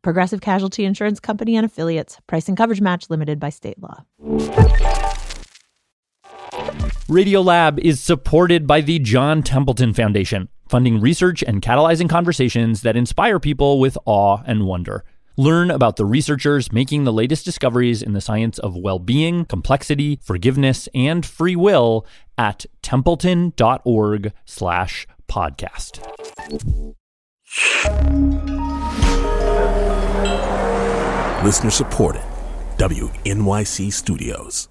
Progressive Casualty Insurance Company and affiliates. Price and coverage match limited by state law. Radiolab is supported by the John Templeton Foundation, funding research and catalyzing conversations that inspire people with awe and wonder. Learn about the researchers making the latest discoveries in the science of well being, complexity, forgiveness, and free will at templeton.org slash podcast. Listener supported. WNYC Studios.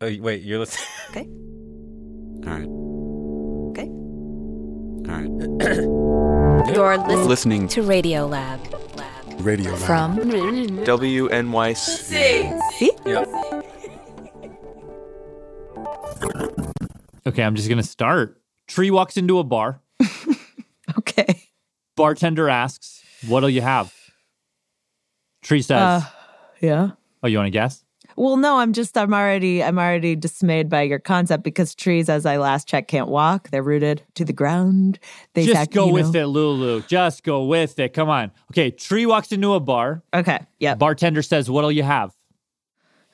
Oh, wait, you're listening. All Okay. right. Okay. All right. You're listening, Listening to Radio Lab. Radio Lab. From WNYC. Okay, I'm just going to start. Tree walks into a bar. Okay. Bartender asks, What'll you have? Tree says, Yeah. Oh, you want to guess? Well, no, I'm just I'm already I'm already dismayed by your concept because trees, as I last checked, can't walk. They're rooted to the ground. They just sac- go you with know. it, Lulu. Just go with it. Come on. Okay, Tree walks into a bar. Okay. Yep. Bartender says, What'll you have?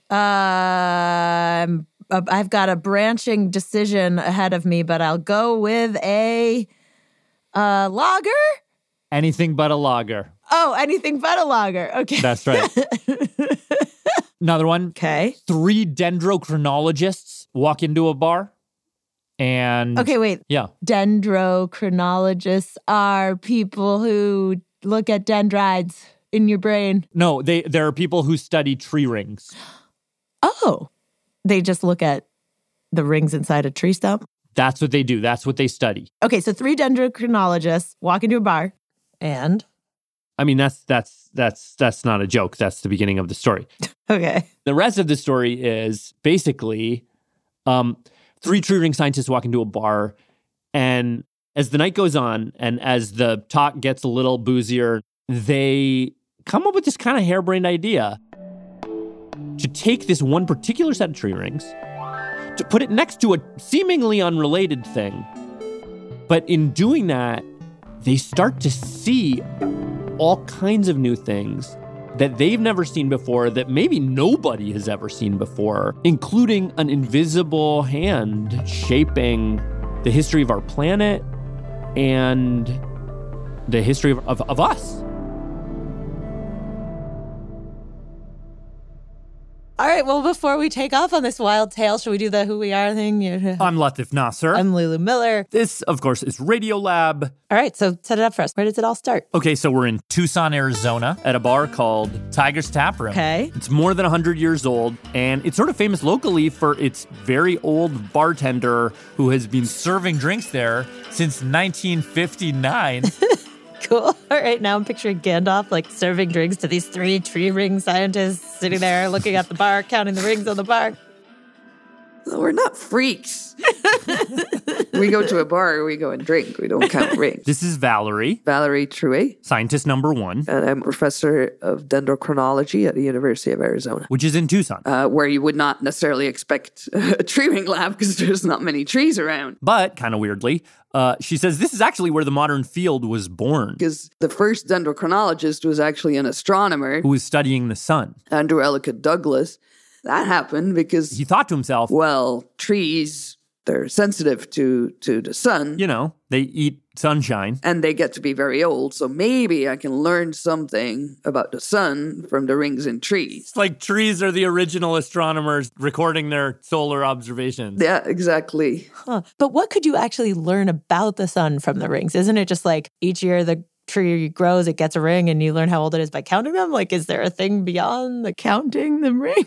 Um, uh, I've got a branching decision ahead of me, but I'll go with a uh, lager. Anything but a lager. Oh, anything but a lager. Okay. That's right. Another one. okay. Three dendrochronologists walk into a bar and. Okay. Wait. Yeah. Dendrochronologists are people who look at dendrites in your brain. No, they there are people who study tree rings. Oh, they just look at the rings inside a tree stump. That's what they do. That's what they study. Okay. So three dendrochronologists walk into a bar and I mean, that's that's that's that's not a joke. That's the beginning of the story. okay. The rest of the story is basically um, three tree ring scientists walk into a bar, and as the night goes on, and as the talk gets a little boozier, they come up with this kind of harebrained idea to take this one particular set of tree rings, to put it next to a seemingly unrelated thing. But in doing that, they start to see all kinds of new things that they've never seen before, that maybe nobody has ever seen before, including an invisible hand shaping the history of our planet and the history of, of, of us. All right. Well, before we take off on this wild tale, should we do the who we are thing? Yeah. I'm Latif Nasser. I'm Lulu Miller. this, of course, is Radiolab. All right. So set it up for us. Where does it all start? Okay, so we're in Tucson, Arizona, at a bar called Tiger's Tap Room. Okay. It's more than 100 years old, and it's sort of famous locally for its very old bartender who has been serving drinks there since 1959. Cool. All right. Now I'm picturing Gandalf like serving drinks to these three tree ring scientists sitting there looking at the bar, counting the rings on the bar. We're not freaks. we go to a bar, we go and drink. We don't count rings. this is Valerie, Valerie Truet, scientist number one, and I'm a professor of dendrochronology at the University of Arizona, which is in Tucson. uh, where you would not necessarily expect a tree ring lab because there's not many trees around. But kind of weirdly, uh, she says this is actually where the modern field was born, Because the first dendrochronologist was actually an astronomer, who was studying the sun. Andrew Ellicott Douglas. That happened because, He thought to himself, well, trees, they're sensitive to, to the sun. you know, they eat sunshine. and they get to be very old. So maybe I can learn something about the sun from the rings in trees. It's like trees are the original astronomers recording their solar observations. Yeah, exactly. Huh. But what could you actually learn about the sun from the rings? Isn't it just like each year the tree grows, it gets a ring, and you learn how old it is by counting them? Like, is there a thing beyond the counting the rings?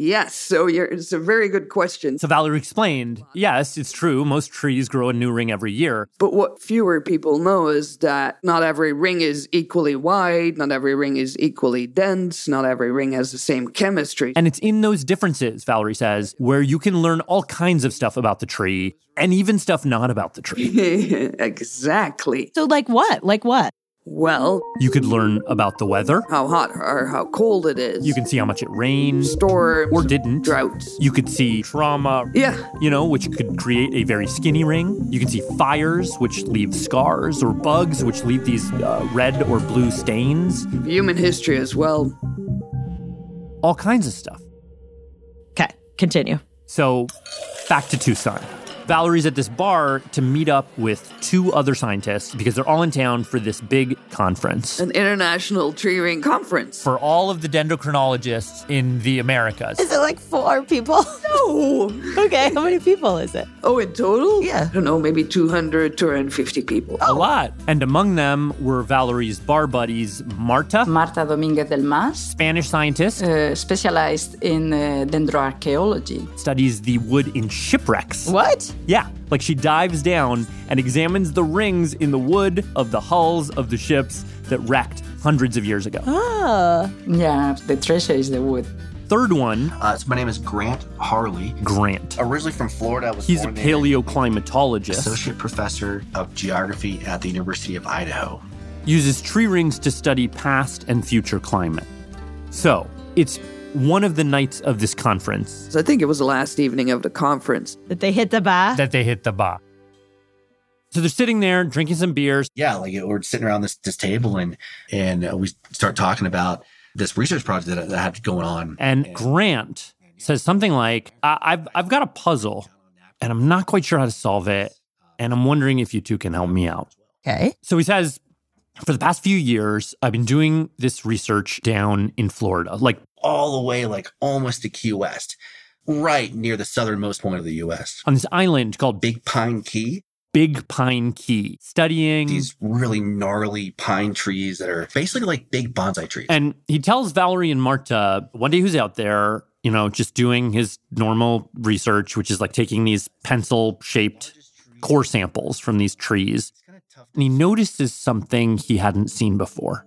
Yes. So you're, it's a very good question. So Valerie explained, yes, it's true. Most trees grow a new ring every year. But what fewer people know is that not every ring is equally wide, not every ring is equally dense, not every ring has the same chemistry. And it's in those differences, Valerie says, where you can learn all kinds of stuff about the tree and even stuff not about the tree. exactly. So, like what? Like what? Well, You could learn about the weather. how hot or how cold it is. You can see how much it rained storms or didn't. droughts. You could see trauma, Yeah. you know, which could create a very skinny ring. You can see fires, which leave scars, or bugs, which leave these uh, red or blue stains. Human history as well. All kinds of stuff. Okay, continue. So, back to Tucson. Valerie's at this bar to meet up with two other scientists because they're all in town for this big conference An international tree ring conference. for all of the dendrochronologists in the Americas. Is it like four people? Oh, okay, how many people is it? oh, in total? Yeah. Oh. I don't know, maybe 200, 250 people. A lot. And among them were Valerie's bar buddies, Marta, Marta Dominguez del Mas, Spanish scientist, uh, specialized in uh, dendroarchaeology. studies the wood in shipwrecks. What? Yeah, like she dives down and examines the rings in the wood of the hulls of the ships that wrecked hundreds of years ago. Ah, Yeah, the treasure is the wood. Third one, Uh, so my name is Grant Harley. Grant. Originally from Florida, I was He's a born there. paleoclimatologist, associate professor of geography at the University of Idaho. uses tree rings to study past and future climate. So, it's one of the nights of this conference So I think it was the last evening of the conference. that they hit the bar. that they hit the bar. So they're sitting there drinking some beers. Yeah, like we're sitting around this this table and and uh, we start talking about this research project that, I- that I had going on. And Grant says something like, I- I've, I've got a puzzle and I'm not quite sure how to solve it. And I'm wondering if you two can help me out. okay. So he says, for the past few years, I've been doing this research down in Florida, like all the way like almost to Key West, right near the southernmost point of the U.S. on this island called Big, Big Pine Key. Big Pine Key, studying. These really gnarly pine trees that are basically like big bonsai trees. and he tells Valerie and Marta one day who's out there, you know, just doing his normal research, which is like taking these pencil shaped core samples from these trees. And he notices something he hadn't seen before.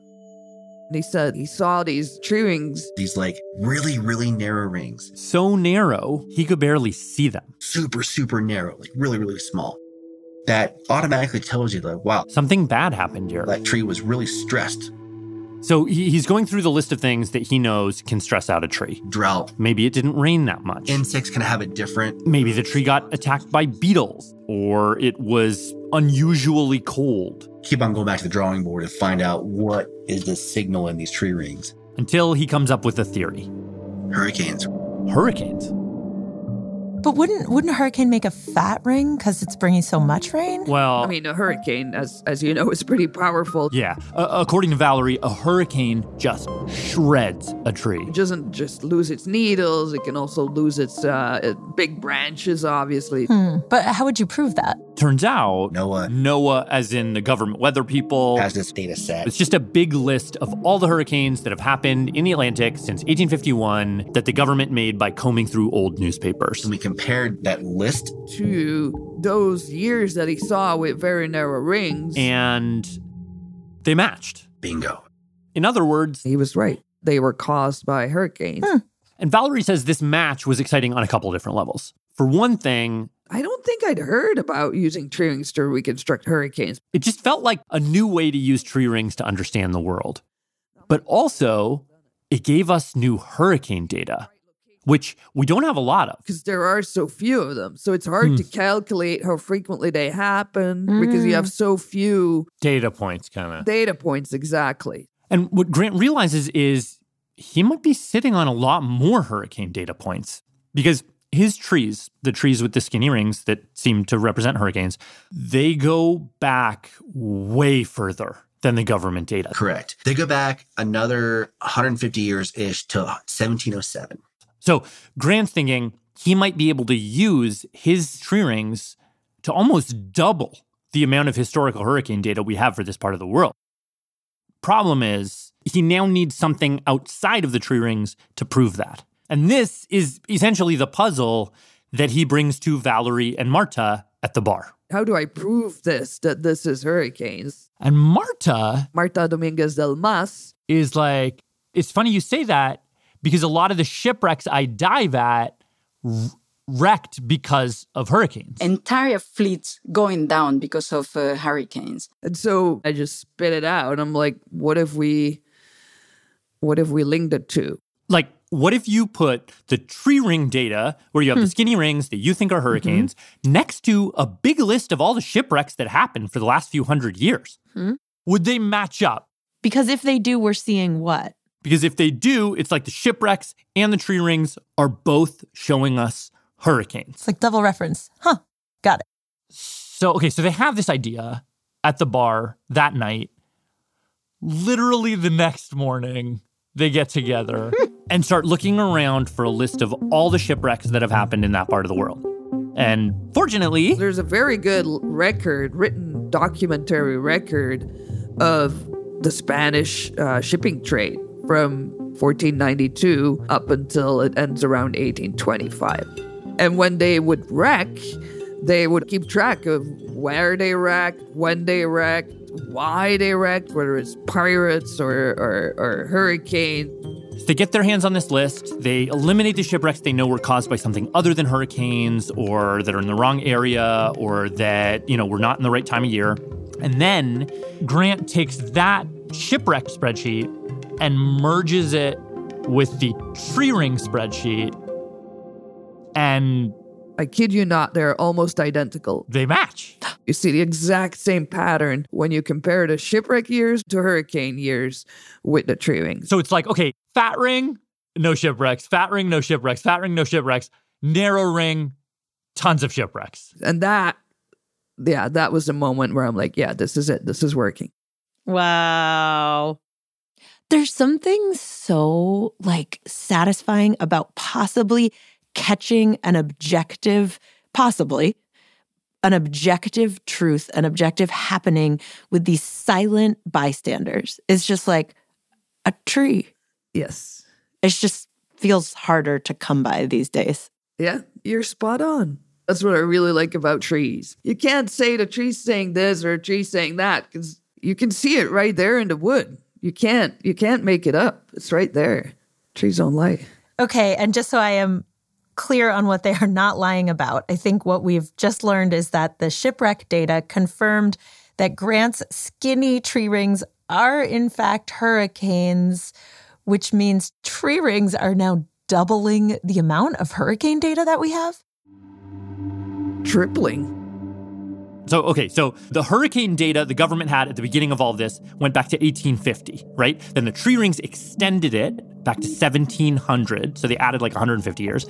And he said he saw these tree rings. these like really really narrow rings So narrow, he could barely see them. super super narrow like really really small that automatically tells you like wow Something bad happened here. that tree was really stressed So he, he's going through the list of things that he knows can stress out a tree. drought Maybe it didn't rain that much. insects can have it different Maybe the tree got attacked by beetles, or it was unusually cold. keep on going back to the drawing board and find out what is the signal in these tree rings Until he comes up with a theory hurricanes hurricanes. But wouldn't wouldn't a hurricane make a fat ring because it's bringing so much rain? Well, I mean, a hurricane, as as you know, is pretty powerful. yeah. Uh, according to Valerie, a hurricane just shreds a tree. It doesn't just lose its needles; it can also lose its uh, uh, big branches. Obviously, Hmm. But how would you prove that? Turns out noah NOAA, as in the government weather people, has this data set It's just a big list of all the hurricanes that have happened in the Atlantic since 1851 that the government made by combing through old newspapers. and we compared that list to those years that he saw with very narrow rings, And they matched. bingo In other words, he was right. They were caused by hurricanes. and Valerie says this match was exciting on a couple of different levels. For one thing, I don't think I'd heard about using tree rings to reconstruct hurricanes. it just felt like a new way to use tree rings to understand the world. But also, it gave us new hurricane data, which we don't have a lot of. because there are so few of them. So it's hard Hmm. to calculate how frequently they happen because you have Mm. so few Data points, kind of. data points exactly. And what Grant realizes is he might be sitting on a lot more hurricane data points because his trees, the trees with the skinny rings that seem to represent hurricanes, they go back way further than the government data. correct they go back another 150 years ish to 1707 So Grant's thinking he might be able to use his tree rings to almost double the amount of historical hurricane data we have for this part of the world. Problem is, he now needs something outside of the tree rings to prove that. And this is essentially the puzzle that he brings to Valerie and Marta at the bar. How do I prove this, that this is hurricanes? And Marta Marta Dominguez del Mas. is like, it's funny you say that because a lot of the shipwrecks I dive at w- wrecked because of hurricanes. Entire fleets going down because of uh, hurricanes. And so I just spit it out. And I'm like, what if we, what if we linked it to? like, what if you put the tree ring data, where you have the skinny rings that you think are hurricanes, next to a big list of all the shipwrecks that happened for the last few hundred years? Hmm. Would they match up? Because if they do, we're seeing what? Because if they do, it's like the shipwrecks and the tree rings are both showing us hurricanes. It's like double reference. Huh. Got it. So, okay, so they have this idea at the bar that night. Literally the next morning, they get together and start looking around for a list of all the shipwrecks that have happened in that part of the world. And fortunately, There's a very good l- record, written documentary record of the Spanish uh, shipping trade from 1492 up until it ends around 1825. And when they would wreck, they would keep track of where they wrecked, when they wrecked, why they wrecked, whether it's pirates or, or, or hurricane. They get their hands on this list. They eliminate the shipwrecks they know were caused by something other than hurricanes or that are in the wrong area or that, you know, were not in the right time of year. And then Grant takes that shipwreck spreadsheet and merges it with the tree ring spreadsheet and I kid you not, they're almost identical. they match. You see the exact same pattern when you compare the shipwreck years to hurricane years with the tree rings. So it's like, okay, fat ring, no shipwrecks, fat ring, no shipwrecks, fat ring, no shipwrecks, narrow ring, tons of shipwrecks. And that, yeah, that was the moment where I'm like, yeah, this is it. This is working. Wow. There's something so like satisfying about possibly catching an objective, possibly an objective truth, an objective happening with these silent bystanders. It's just like a tree. Yes. It just feels harder to come by these days. Yeah, you're spot on. That's what I really like about trees. You can't say the tree's saying this or a tree saying that because you can see it right there in the wood. You can't, you can't make it up. It's right there. Trees don't lie. Okay, and just so I am clear on what they are not lying about, I think what we've just learned is that the shipwreck data confirmed that Grant's skinny tree rings are in fact hurricanes, which means tree rings are now doubling the amount of hurricane data that we have. Tripling. So, okay, so the hurricane data the government had at the beginning of all this went back to 1850, right? Then the tree rings extended it back to 1700. So they added like 150 years.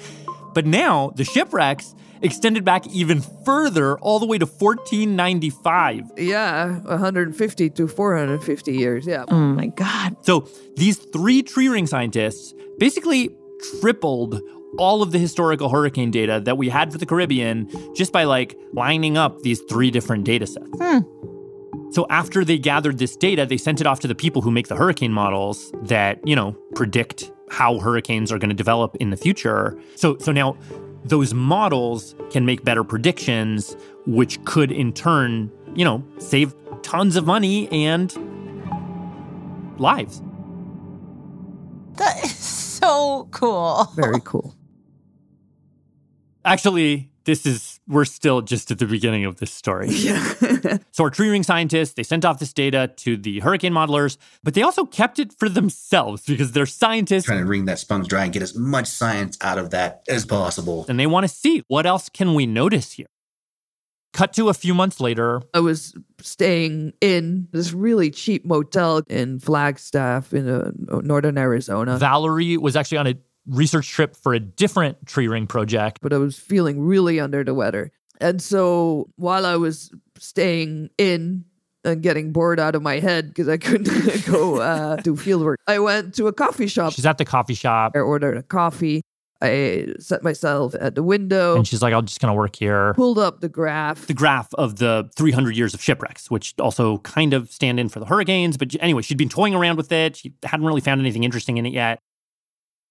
But now the shipwrecks extended back even further, all the way to 1495. Yeah, 150 to 450 years. Yeah. Oh my God. So these three tree ring scientists basically tripled all of the historical hurricane data that we had for the Caribbean just by like lining up these three different data sets. So after they gathered this data, they sent it off to the people who make the hurricane models that, you know, predict how hurricanes are going to develop in the future. So so now those models can make better predictions which could in turn, you know, save tons of money and lives. That is so cool. Very cool. Actually, this is we're still just at the beginning of this story. Yeah. So our tree ring scientists, they sent off this data to the hurricane modelers, but they also kept it for themselves because they're scientists Trying to wring that sponge dry and get as much science out of that as possible. and they want to see what else can we notice here. Cut to a few months later, I was staying in this really cheap motel in Flagstaff in uh, northern Arizona, Valerie was actually on a research trip for a different tree ring project. but I was feeling really under the weather. And so while I was staying in and getting bored out of my head because I couldn't go uh, do field work, I went to a coffee shop. She's at the coffee shop I ordered a coffee. I set myself at the window, and she's like, I'm just going to work here. pulled up the graph. the graph of the 300 years of shipwrecks, which also kind of stand in for the hurricanes. But anyway, she'd been toying around with it. She hadn't really found anything interesting in it yet.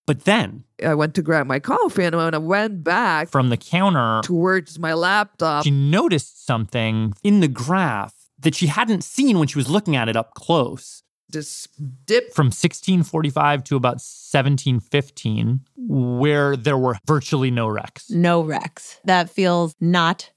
But then I went to grab my coffee, and when I went back from the counter, towards my laptop, she noticed something in the graph that she hadn't seen when she was looking at it up close. This dip from 1645 to about 1715, where there were virtually no wrecks. No wrecks. That feels not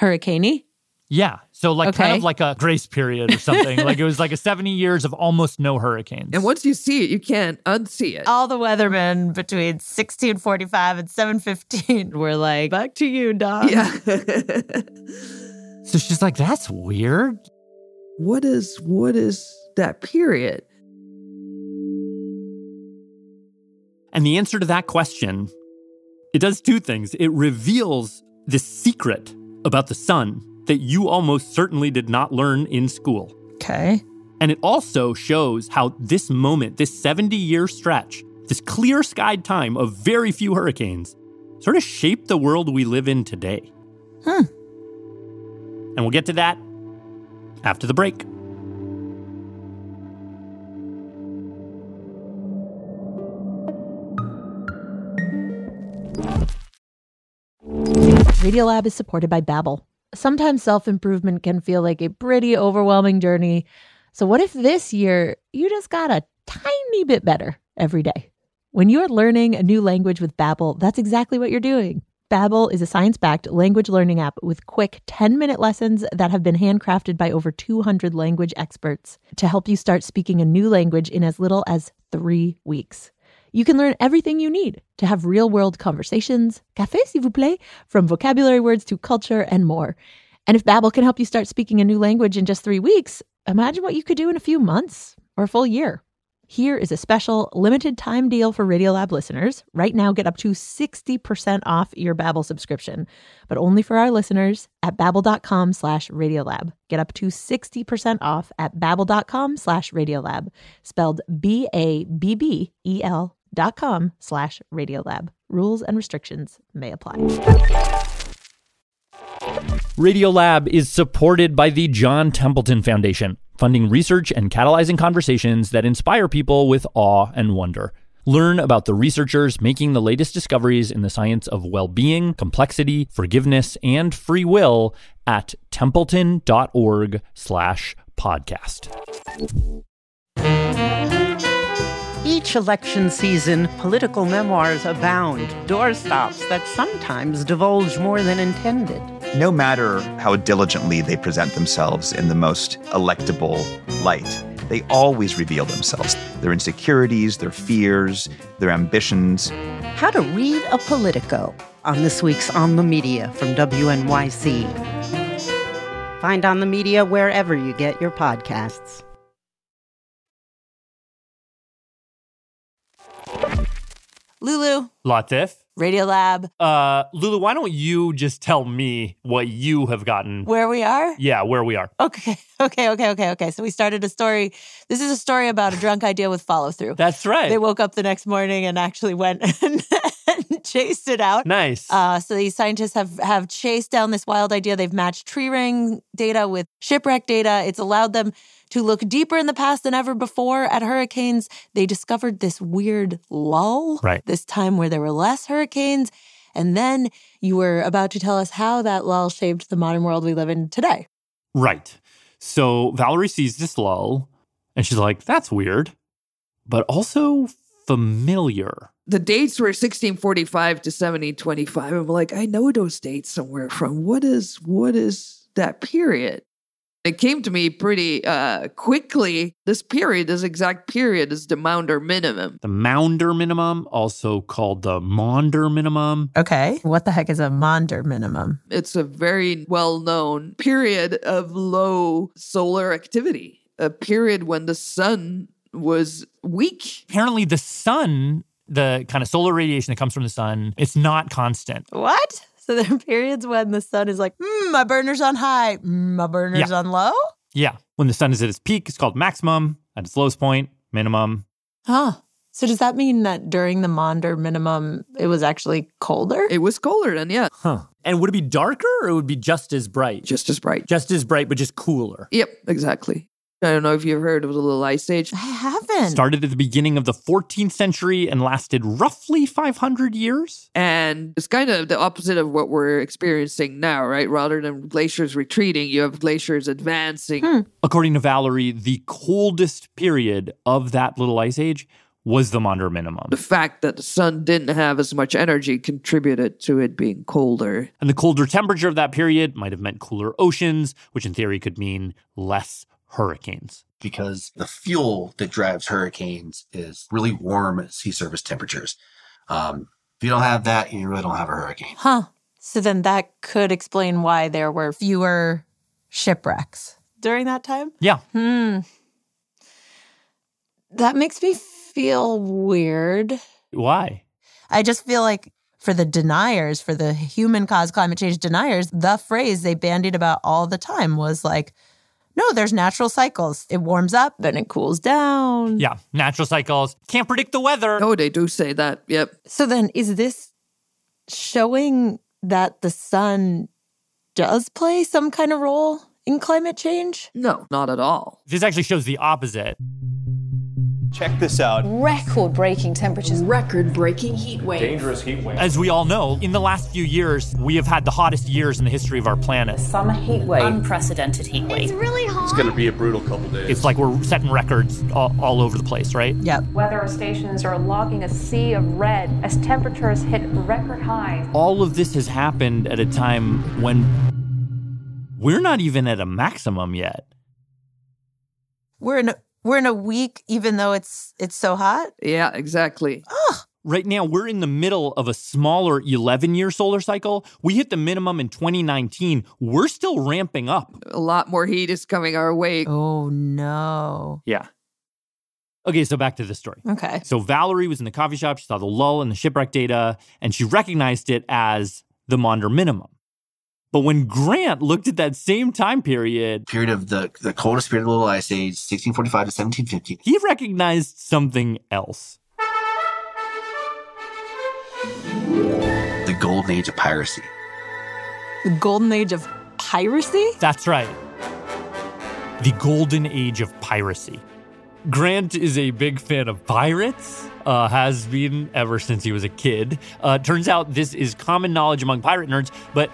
hurricaney. Yeah. So like kind Okay. of like a grace period or something. like it was like a 70 years of almost no hurricanes. and once you see it, you can't unsee it. All the weathermen between 1645 and 715 were like, back to you, Doc. Yeah. So she's like, that's weird. what is what is that period? And the answer to that question, it does two things. It reveals this secret about the sun that you almost certainly did not learn in school. Okay. And it also shows how this moment, this 70 year stretch, this clear skied time of very few hurricanes, sort of shaped the world we live in today. Hmm. And we'll get to that after the break. Radiolab is supported by Babbel. Sometimes self-improvement can feel like a pretty overwhelming journey. So what if this year you just got a tiny bit better every day? When you're learning a new language with Babbel, that's exactly what you're doing. Babbel is a science-backed language learning app with quick 10-minute lessons that have been handcrafted by over 200 language experts to help you start speaking a new language in as little as 3 weeks. You can learn everything you need to have real world conversations, café s'il vous plaît, from vocabulary words to culture and more. And if Babbel can help you start speaking a new language in just three weeks, imagine what you could do in a few months or a full year. Here is a special limited time deal for Radiolab listeners. Right now, get up to 60% off your Babbel subscription, but only for our listeners at babbel.com slash Radiolab. Get up to 60% off at babbel.com slash Radiolab, spelled B-A-B-B-E-L E dot com slash Radiolab. Rules and restrictions may apply. Radiolab is supported by the John Templeton Foundation, funding research and catalyzing conversations that inspire people with awe and wonder. Learn about the researchers making the latest discoveries in the science of well being, complexity, forgiveness, and free will at templeton.org slash podcast. Each election season, political memoirs abound, doorstops that sometimes divulge more than intended. No matter how diligently they present themselves in the most electable light, they always reveal themselves their insecurities, their fears, their ambitions. How to read a Politico on this week's On the Media from WNYC. Find On the Media wherever you get your podcasts. Lulu, Latif? Radiolab, Uh, Lulu, why don't you just tell me what you have gotten? where we are? yeah, where we are. Okay, okay, okay, okay, okay. So we started a story. This is a story about a drunk idea with follow through. That's right. They woke up the next morning and actually went and, chased it out. Nice. Uh, so these scientists have have chased down this wild idea. They've matched tree ring data with shipwreck data. It's allowed them to look deeper in the past than ever before at hurricanes. They discovered this weird lull, Right. This time where there were less hurricanes. And then you were about to tell us how that lull shaped the modern world we live in today. Right. So Valerie sees this lull and she's like, that's weird, but also familiar. The dates were 1645 to 1725. I'm like, I know those dates somewhere from. What is what is that period? It came to me pretty uh, quickly. This period, this exact period, is the Maunder minimum. The Maunder minimum, also called the Maunder minimum. Okay. What the heck is a Maunder minimum? It's a very well known period of low solar activity, a period when the sun was weak. Apparently, the sun, the kind of solar radiation that comes from the sun, it's not constant. What? So there are periods when the sun is like, mm, my burner's on high, mm, my burner's Yeah. on low. Yeah. When the sun is at its peak, it's called maximum. At its lowest point, minimum. Huh. So does that mean that during the Maunder minimum, it was actually colder? It was colder then, yeah. Huh. And would it be darker or it would be just as bright? Just as bright. Just as bright, but just cooler. Yep, exactly. I don't know if you've heard of the Little Ice Age. I haven't. Started at the beginning of the 14th century and lasted roughly 500 years. And it's kind of the opposite of what we're experiencing now, right? Rather than glaciers retreating, you have glaciers advancing. Hmm. According to Valerie, the coldest period of that little ice age was the Maunder minimum. The fact that the sun didn't have as much energy contributed to it being colder. And the colder temperature of that period might have meant cooler oceans, which in theory could mean less hurricanes. because the fuel that drives hurricanes is really warm sea surface temperatures. Um, if you don't have that, you really don't have a hurricane. Huh. So then that could explain why there were fewer shipwrecks during that time. Yeah. Hmm. That makes me feel weird. Why? I just feel like for the deniers, for the human caused climate change deniers, the phrase they bandied about all the time was like, no, there's natural cycles. It warms up, then it cools down. Yeah, natural cycles. Can't predict the weather. Oh, they do say that. Yep. So then is this showing that the sun does play some kind of role in climate change? No, not at all. This actually shows the opposite. Check this out. Record breaking temperatures. Record breaking heat wave. Dangerous heat wave. As we all know, in the last few years, we have had the hottest years in the history of our planet. Summer heat wave. Unprecedented heat wave. really hot. It's going to be a brutal couple days. It's like we're setting records all, all over the place, right? Yep. Weather stations are logging a sea of red as temperatures hit record highs. All of this has happened at a time when we're not even at a maximum yet. We're in a, we're in a week even though it's it's so hot. Yeah, exactly. Right now, we're in the middle of a smaller 11 year solar cycle. We hit the minimum in 2019. We're still ramping up. A lot more heat is coming our way. Oh, no. Yeah. Okay, so back to the story. Okay. So Valerie was in the coffee shop. She saw the lull in the shipwreck data and she recognized it as the Maunder minimum. But when Grant looked at that same time period, Period of the, the coldest period of the Little Ice Age, 1645 to 1750. he recognized something else. The golden age of piracy. The golden age of piracy? That's right. The golden age of piracy. Grant is a big fan of pirates, uh, has been ever since he was a kid. Uh, turns out this is common knowledge among pirate nerds, but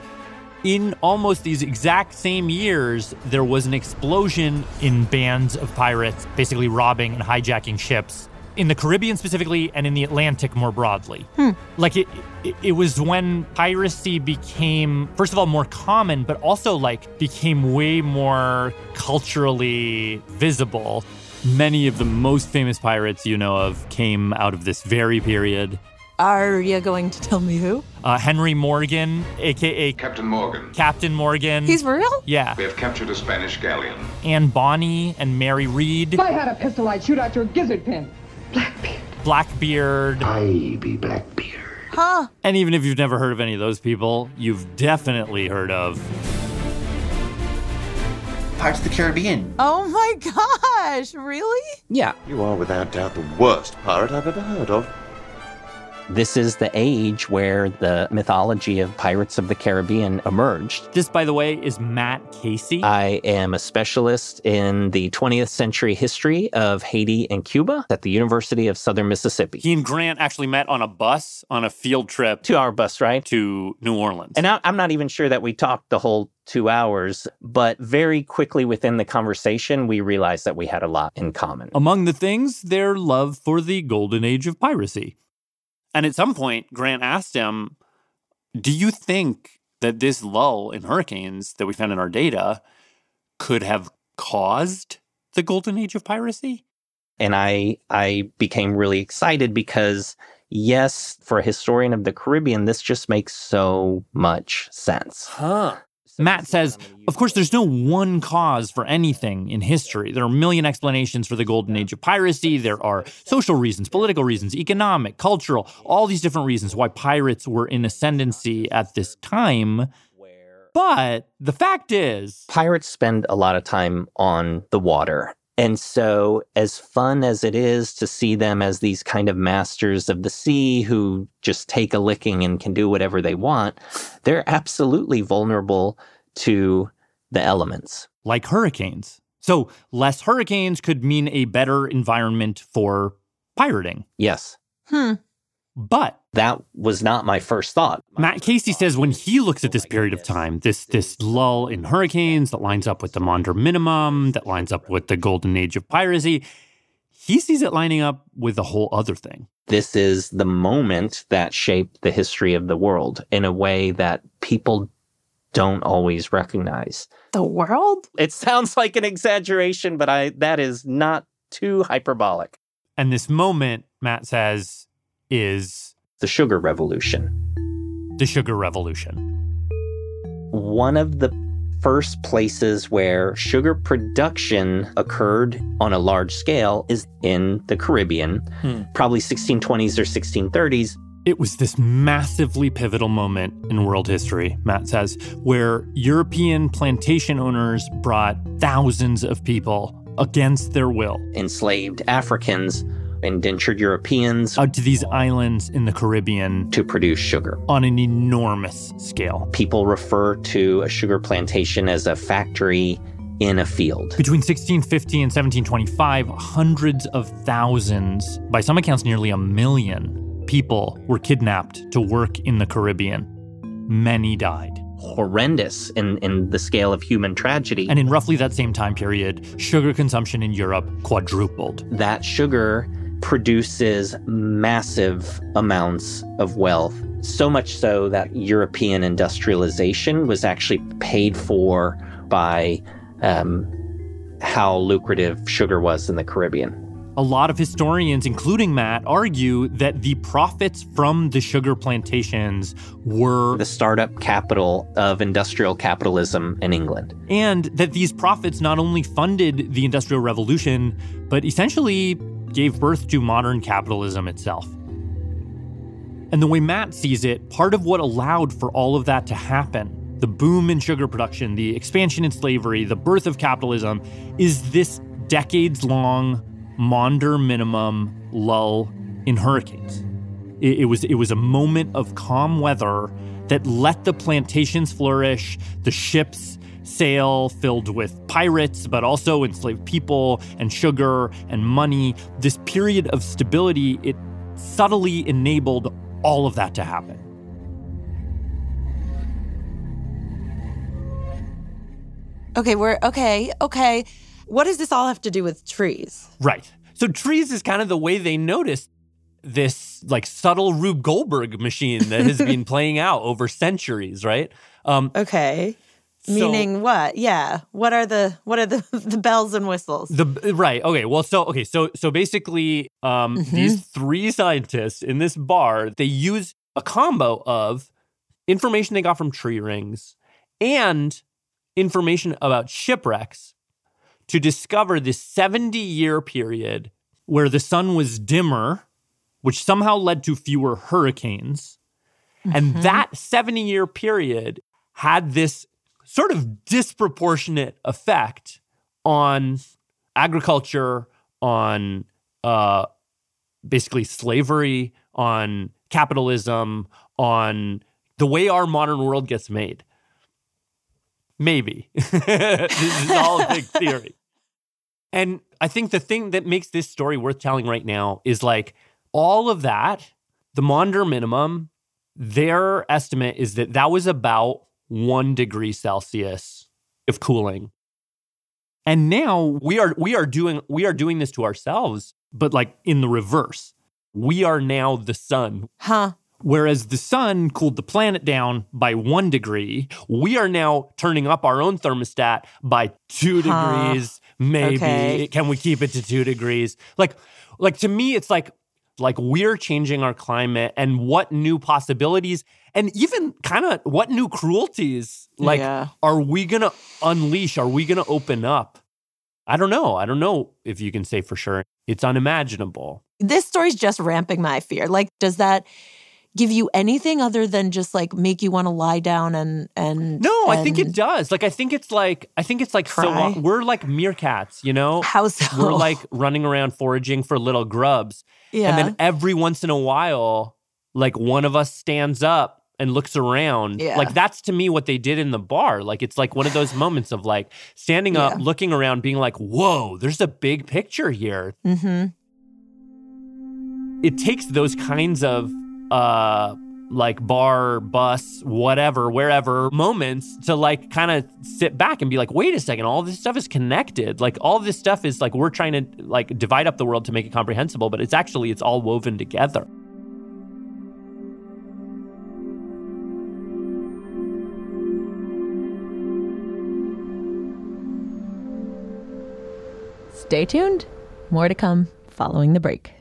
in almost these exact same years, there was an explosion in bands of pirates, basically robbing and hijacking ships in the Caribbean specifically and in the Atlantic more broadly. Hmm. Like it, it, it was when piracy became, first of all, more common, but also like became way more culturally visible. Many of the most famous pirates you know of came out of this very period. Are you going to tell me who? Uh, Henry Morgan, aka Captain Morgan. Captain Morgan. He's for real? yeah. We have captured a Spanish galleon. Anne Bonny and Mary Reed, If I had a pistol, I'd shoot out your gizzard pin. Blackbeard. I be Black. Huh. And even if you've never heard of any of those people, you've definitely heard of Pirates of the Caribbean. Oh my gosh, really? Yeah. You are without doubt the worst pirate I've ever heard of. This is the age where the mythology of Pirates of the Caribbean emerged. This, by the way, is Matt Casey. I am a specialist in the 20th century history of Haiti and Cuba at the University of Southern Mississippi. He and Grant actually met on a bus on a field trip. Two hour bus, right? To New Orleans. And I, I'm not even sure that we talked the whole two hours, but very quickly within the conversation, we realized that we had a lot in common. Among the things, their love for the golden age of piracy. And at some point, Grant asked him, Do you think that this lull in hurricanes that we found in our data could have caused the golden age of piracy? and I I became really excited because yes, for a historian of the Caribbean, this just makes so much sense. Huh. Matt says, of course, there's no one cause for anything in history. There are a million explanations for the golden age of piracy. There are social reasons, political reasons, economic, cultural, all these different reasons why pirates were in ascendancy at this time. But the fact is, Pirates spend a lot of time on the water. And so, as fun as it is to see them as these kind of masters of the sea who just take a licking and can do whatever they want, they're absolutely vulnerable to the elements. like hurricanes. So, less hurricanes could mean a better environment for pirating. Yes. Hmm. But that was not my first thought. "Oh Matt Casey says when he looks at this period of time, this this lull in hurricanes that lines up with the Maunder minimum, that lines up with the golden age of piracy, he sees it lining up with a whole other thing. This is the moment that shaped the history of the world in a way that people don't always recognize. The world? It sounds like an exaggeration, but I that is not too hyperbolic. And this moment, Matt says, is the sugar revolution. the sugar revolution. One of the first places where sugar production occurred on a large scale is in the Caribbean, Hmm. probably 1620s or 1630s. It was this massively pivotal moment in world history, Matt says, where European plantation owners brought thousands of people against their will Enslaved Africans, indentured Europeans out Uh, to these islands in the Caribbean to produce sugar. on an enormous scale. People refer to a sugar plantation as a factory in a field. Between 1650 and 1725, hundreds of thousands, by some accounts nearly a million, people were kidnapped to work in the Caribbean. Many died. Horrendous in, in the scale of human tragedy. And in roughly that same time period, sugar consumption in Europe quadrupled. that sugar produces massive amounts of wealth. So much so that European industrialization was actually paid for by um, how lucrative sugar was in the Caribbean. A lot of historians, including Matt, argue that the profits from the sugar plantations were The startup capital of industrial capitalism in England. and that these profits not only funded the Industrial Revolution, but essentially gave birth to modern capitalism itself. And the way Matt sees it, part of what allowed for all of that to happen the boom in sugar production, the expansion in slavery, the birth of capitalism is this decades long Maunder minimum lull in hurricanes. It, it was it was a moment of calm weather that let the plantations flourish, the ships sail filled with pirates, but also enslaved people and sugar and money. This period of stability, it subtly enabled all of that to happen. Okay, we're okay, okay. What does this all have to do with trees? Right. So trees is kind of the way they noticed this like subtle Rube Goldberg machine that has been playing out over centuries, right? Um, okay. So- Meaning what? Yeah. What are the what are the the bells and whistles? The right. Okay. Well, so okay. So so basically, um, Mhm. these three scientists in this bar they use a combo of information they got from tree rings and information about shipwrecks to discover this 70 year period where the sun was dimmer, which somehow led to fewer hurricanes. And Mhm. that 70 year period had this sort of disproportionate effect on agriculture, on uh, basically slavery, on capitalism, on the way our modern world gets made. Maybe. this is all a big theory. And I think the thing that makes this story worth telling right now is like all of that, the Maunder minimum, their estimate is that that was about one degree Celsius of cooling. And now we are we are doing we are doing this to ourselves, but like in the reverse. We are now the sun. Huh. Whereas the sun cooled the planet down by one degree, we are now turning up our own thermostat by two Huh. degrees, maybe. Okay. Can we keep it to two degrees? Like, like to me, it's like like we're changing our climate and what new possibilities and even kind of what new cruelties like Yeah. are we gonna unleash? Are we gonna open up? I don't know. I don't know if you can say for sure. It's unimaginable. This story's just ramping my fear. Like, does that give you anything other than just like make you want to lie down and and No, I think and- it does. Like I think it's like I think it's like so uh, Cry? on- we're like meerkats, you know? How so? We're like running around foraging for little grubs. Yeah. And then every once in a while, like one of us stands up and looks around. Yeah. Like that's to me what they did in the bar. Like it's like one of those moments of like standing up, looking around, being like, whoa, there's a big picture here. Mm-hmm. It takes those kinds of uh like bar, bus, whatever, wherever moments to like kind of sit back and be like, wait a second, all this stuff is connected. Like all this stuff is like we're trying to like divide up the world to make it comprehensible, but it's actually it's all woven together. Stay tuned. More to come following the break.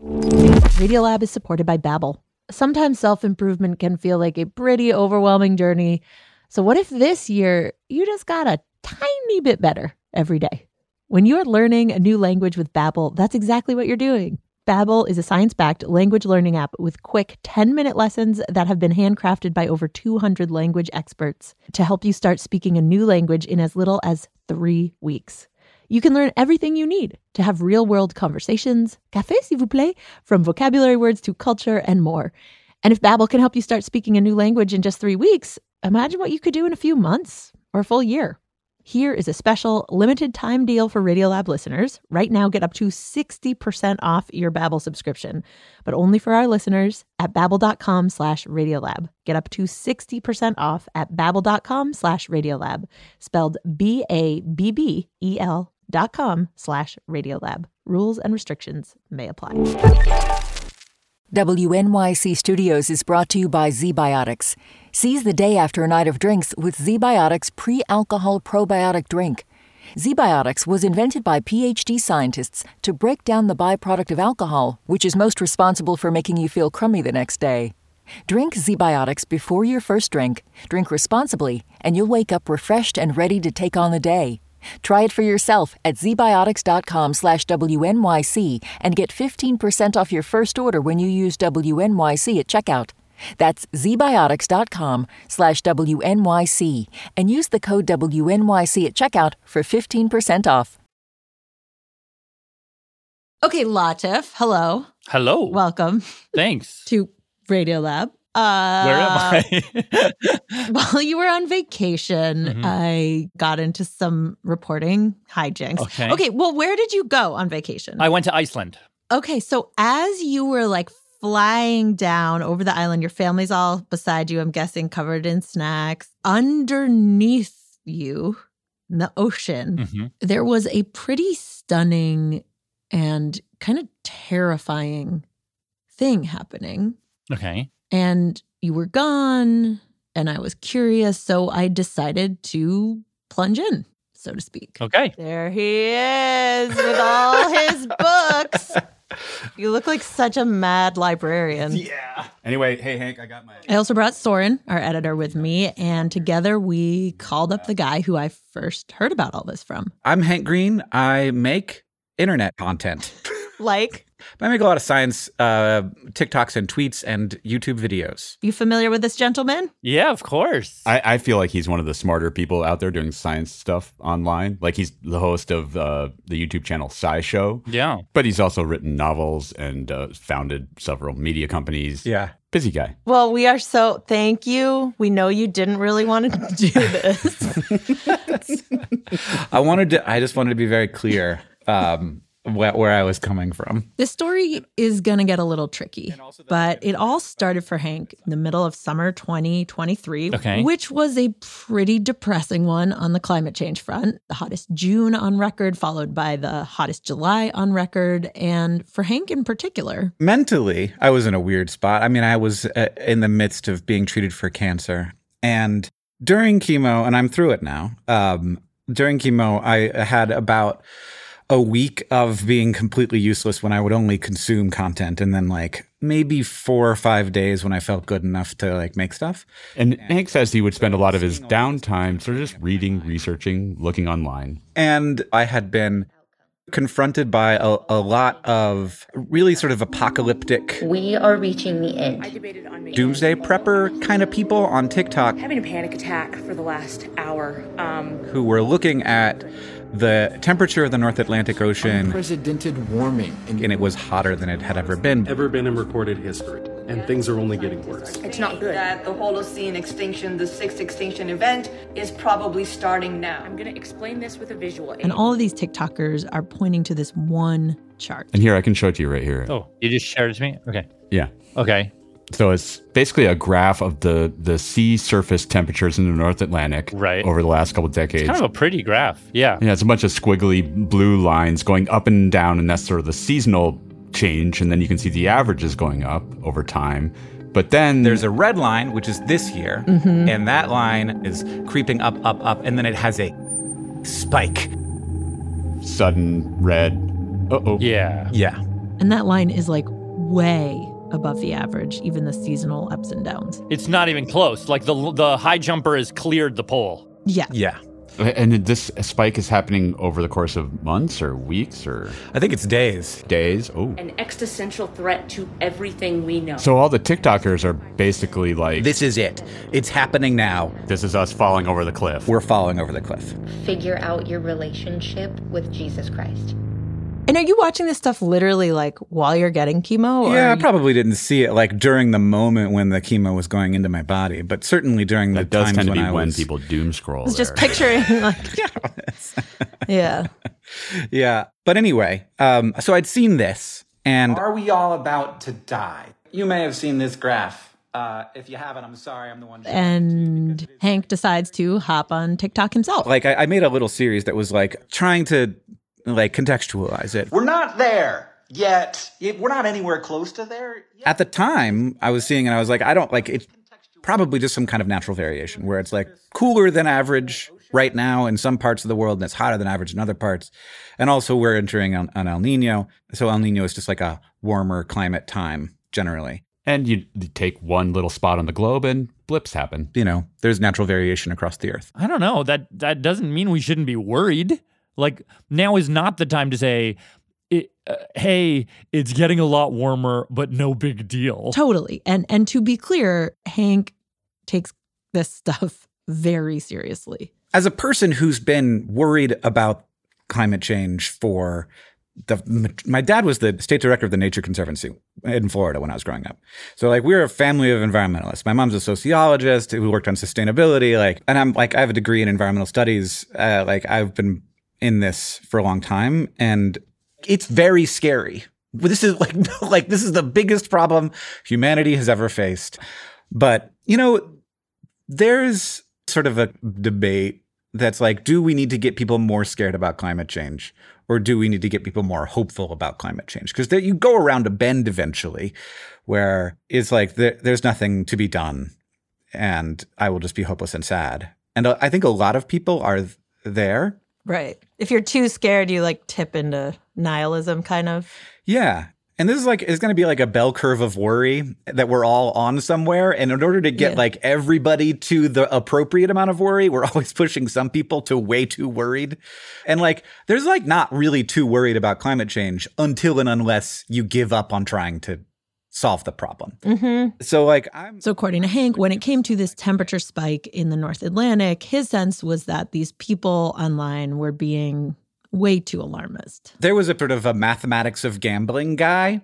Radiolab is supported by Babbel. Sometimes self-improvement can feel like a pretty overwhelming journey. So what if this year you just got a tiny bit better every day? When you are learning a new language with Babbel, that's exactly what you're doing. Babbel is a science-backed language learning app with quick 10-minute lessons that have been handcrafted by over 200 language experts to help you start speaking a new language in as little as 3 weeks. You can learn everything you need to have real world conversations, café s'il vous plaît, from vocabulary words to culture and more. And if Babbel can help you start speaking a new language in just three weeks, imagine what you could do in a few months or a full year. Here is a special limited time deal for Radiolab listeners. Right now, get up to 60% off your Babbel subscription, but only for our listeners at babbel.com slash Radiolab. Get up to 60% off at babbel.com slash Radiolab, spelled B-A-B-B-E-L E dot com slash Radiolab. Rules and restrictions may apply. WNYC Studios is brought to you by ZBiotics. Seize the day after a night of drinks with ZBiotics pre alcohol probiotic drink. ZBiotics was invented by PhD scientists to break down the byproduct of alcohol, which is most responsible for making you feel crummy the next day. Drink ZBiotics before your first drink, drink responsibly, and you'll wake up refreshed and ready to take on the day. Try it for yourself at zbiotics.com slash WNYC and get 15% off your first order when you use WNYC at checkout. That's zbiotics.com slash WNYC and use the code WNYC at checkout for 15% off. Okay, Latif, hello. Hello. Welcome Thanks. to Radiolab. Uh, Where am I? while you were on vacation, Mhm. I got into some reporting hijinks. Okay. Okay. Well, where did you go on vacation? I went to Iceland. okay. So, as you were like flying down over the island, your family's all beside you, I'm guessing, covered in snacks. Underneath you in the ocean, Mhm. there was a pretty stunning and kind of terrifying thing happening Okay. and you were gone and I was curious, so I decided to plunge in, so to speak. Okay. There he is with all his books. You look like such a mad librarian. Yeah. Anyway, hey Hank, I got my I also brought Soren, our editor, with me, and together we called up the guy who I first heard about all this from. I'm Hank Green. I make internet content. Like, I make a lot of science uh, TikToks and tweets and YouTube videos. you familiar with this gentleman? Yeah, of course. I, I feel like he's one of the smarter people out there doing science stuff online. Like he's the host of uh, the YouTube channel SciShow. Yeah. But he's also written novels and uh, founded several media companies. Yeah. Busy guy. Well, we are so thank you. We know you didn't really want to do this. I wanted to. I just wanted to be very clear um, wh- where I was coming from. This story is going to get a little tricky, but it all started for Hank in the middle of summer 2023, Okay. which was a pretty depressing one on the climate change front. The hottest June on record, followed by the hottest July on record. And for Hank in particular, mentally i was in a weird spot i mean i was uh, in the midst of being treated for cancer and during chemo and i'm through it now um, during chemo i had about a week of being completely useless when i would only consume content and then like maybe four or five days when i felt good enough to like make stuff And Hank says he would spend a lot of his downtime sort of just reading, researching, looking online. and I had been confronted by a, a lot of really sort of apocalyptic We are reaching the end. doomsday prepper kind of people on TikTok Having a panic attack for the last hour. Um, who were looking at the temperature of the North Atlantic Ocean. Unprecedented warming. And it was hotter than it had ever been. Ever been in recorded history. and things are only getting worse. It's not good. That the Holocene extinction, the sixth extinction event, is probably starting now. I'm going to explain this with a visual. And all of these TikTokers are pointing to this one chart. And here, I can show it to you right here. Oh, you just shared it to me? Okay. Yeah. Okay. So it's basically a graph of the, the sea surface temperatures in the North Atlantic Right. over the last couple decades. It's kind of a pretty graph. Yeah. Yeah, it's a bunch of squiggly blue lines going up and down, and that's sort of the seasonal change. And then you can see the averages going up over time. But then there's a red line, which is this year, Mm-hmm. Mhm. and that line is creeping up, up, up, and then it has a spike. sudden red. Uh oh. Yeah. Yeah. And that line is like way above the average, even the seasonal ups and downs. It's not even close. Like the the high jumper has cleared the pole. Yeah. Yeah. And this spike is happening over the course of months or weeks or. I think it's days. Days. Oh. an existential threat to everything we know. So all the TikTokers are basically like. This is it. It's happening now. This is us falling over the cliff. We're falling over the cliff. Figure out your relationship with Jesus Christ. And are you watching this stuff literally like while you're getting chemo? Or Yeah, I probably didn't see it like during the moment when the chemo was going into my body, but certainly during the does times tend to when be I when was, people doom scroll. It's just picturing like yeah. yeah. But anyway, um, so I'd seen this, and Are we all about to die? You may have seen this graph. Uh, if you haven't, I'm sorry, I'm the one. And Hank decides to hop on TikTok himself. like I, I made a little series that was like trying to like contextualize it. We're not there yet. It- We're not anywhere close to there. At the time, I was seeing, and I was like, I don't like it's probably just some kind of natural variation where it's like cooler than average right now in some parts of the world, and it's hotter than average in other parts. And also, we're entering on, on El Nino, so El Nino is just like a warmer climate time generally. And you take one little spot on the globe, and blips happen. You know, there's natural variation across the earth. I don't know. That that doesn't mean we shouldn't be worried. Like now is not the time to say, "I- uh, "Hey, it's getting a lot warmer, but no big deal." Totally. And and to be clear, Hank takes this stuff very seriously. as a person who's been worried about climate change for the my dad was the state director of the Nature Conservancy in Florida when I was growing up. So like we're a family of environmentalists. My mom's a sociologist who worked on sustainability like and I'm like I have a degree in environmental studies. Uh, like I've been in this for a long time and it's very scary. This is like like this is the biggest problem humanity has ever faced. But you know there's sort of a debate that's like, do we need to get people more scared about climate change? Or do we need to get people more hopeful about climate change? Because you go around a bend eventually where it's like there, there's nothing to be done and I will just be hopeless and sad. And uh, I I think a lot of people are th- there. Right. If you're too scared, you like tip into nihilism kind of. Yeah. And this is like it's going to be like a bell curve of worry that we're all on somewhere and in order to get Yeah. like everybody to the appropriate amount of worry, we're always pushing some people to way too worried. And like there's like not really too worried about climate change until and unless you give up on trying to solve the problem. Mm-hmm. So like I'm So according to Hank, when it came to this temperature spike in the North Atlantic, his sense was that these people online were being way too alarmist. there was a sort of a mathematics of gambling guy,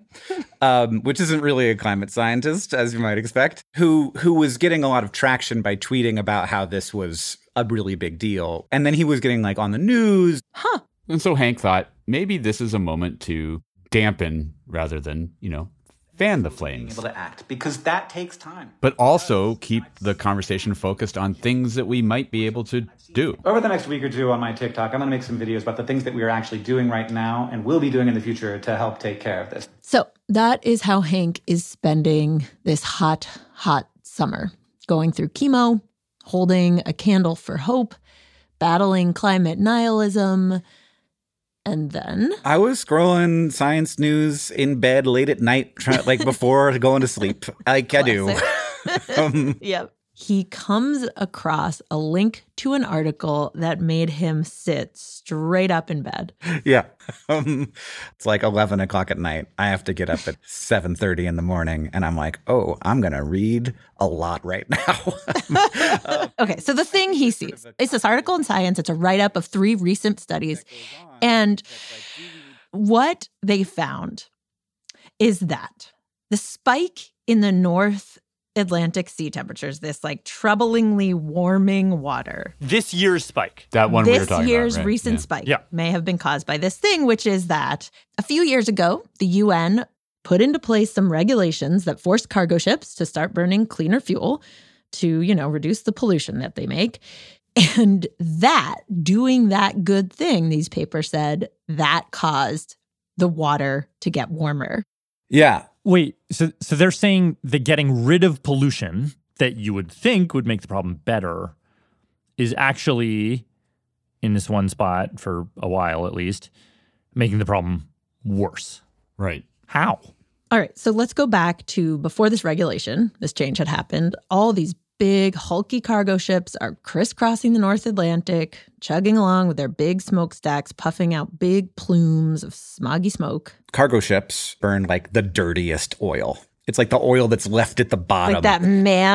um, which isn't really a climate scientist, as you might expect, who who was getting a lot of traction by tweeting about how this was a really big deal, and then he was getting like on the news. Huh. And so Hank thought maybe this is a moment to dampen rather than, you know, fan the flames, Able to act because that takes time. but also keep the conversation focused on things that we might be able to do. Over the next week or two on my TikTok, I'm going to make some videos about the things that we are actually doing right now and will be doing in the future to help take care of this. So that is how Hank is spending this hot, hot summer going through chemo, holding a candle for hope, battling climate nihilism. And then I was scrolling science news in bed late at night, try, like before going to sleep, like I do. Um, yep. He comes across a link to an article that made him sit straight up in bed. yeah, um, it's like eleven o'clock at night. I have to get up at seven thirty in the morning, and I'm like, oh, I'm gonna read a lot right now. Okay, so the thing he sees it's this article in Science. It's a write up of three recent studies. And what they found is that the spike in the North Atlantic sea temperatures, this like troublingly warming water. This year's spike. That one we were this talking year's about, right? recent Yeah. spike Yeah. may have been caused by this thing, which is that a few years ago, the UN put into place some regulations that forced cargo ships to start burning cleaner fuel to, you know, reduce the pollution that they make. And that, doing that good thing, these papers said, that caused the water to get warmer. Yeah. Wait, so so they're saying that getting rid of pollution that you would think would make the problem better is actually in this one spot for a while at least making the problem worse. Right. How? All right, so let's go back to before this regulation, this change had happened. All these big, hulky cargo ships are crisscrossing the North Atlantic, chugging along with their big smokestacks, puffing out big plumes of smoggy smoke. Cargo ships burn like the dirtiest oil. It's like the oil that's left at the bottom. Like that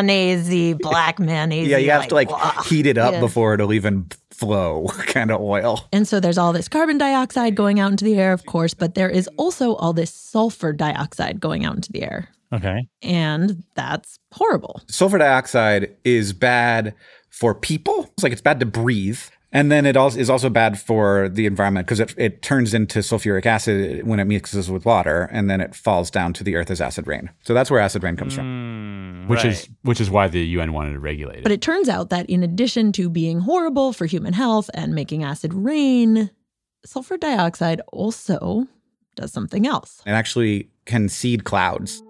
mayonnaise black mayonnaise. yeah, you have to like blah. heat it up Yeah. before it'll even flow kind of oil. And so there's all this carbon dioxide going out into the air, of course, but there is also all this sulfur dioxide going out into the air. Okay. And that's horrible. Sulfur dioxide is bad for people. It's like it's bad to breathe. And then it also is also bad for the environment because it, it turns into sulfuric acid when it mixes with water and then it falls down to the earth as acid rain. So that's where acid rain comes from. Which is which is why the UN wanted to regulate it. But it turns out that in addition to being horrible for human health and making acid rain, sulfur dioxide also does something else. It actually can seed clouds.